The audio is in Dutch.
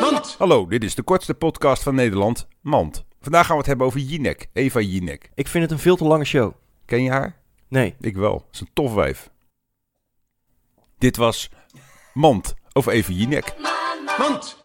Mand! Hallo, dit is de kortste podcast van Nederland, Mand. Vandaag gaan we het hebben over Jinek, Eva Jinek. Ik vind het een veel te lange show. Ken je haar? Nee. Ik wel. Ze is een tof wijf. Dit was Mand over Eva Jinek. Mand!